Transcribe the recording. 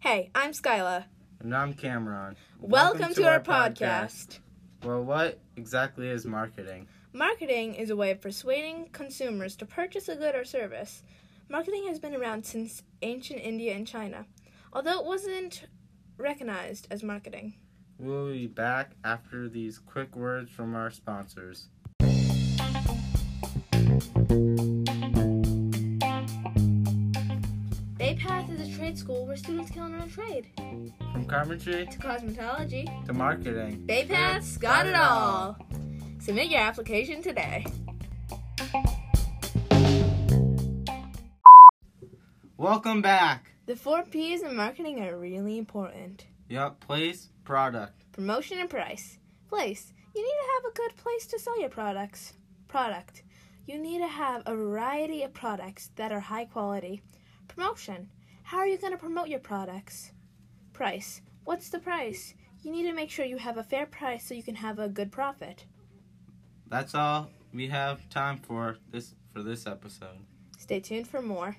Hey, I'm Skyla. And I'm Cameron. Welcome, to, our, podcast. Well, what exactly is marketing? Marketing is a way of persuading consumers to purchase a good or service. Marketing has been around since ancient India and China, although it wasn't recognized as marketing. We'll be back after these quick words from our sponsors. Baypath is a trade school where students can learn a trade. From carpentry To cosmetology, to marketing, Baypath's got it all. Submit your application today. Welcome back. The four P's in marketing are really important. Yup, place, product. Promotion and price. Place. You need to have a good place to sell your products. Product. You need to have a variety of products that are high quality. Promotion. How are you going to promote your products? Price. What's the price? You need to make sure you have a fair price so you can have a good profit. That's all we have time for this for this episode. Stay tuned for more.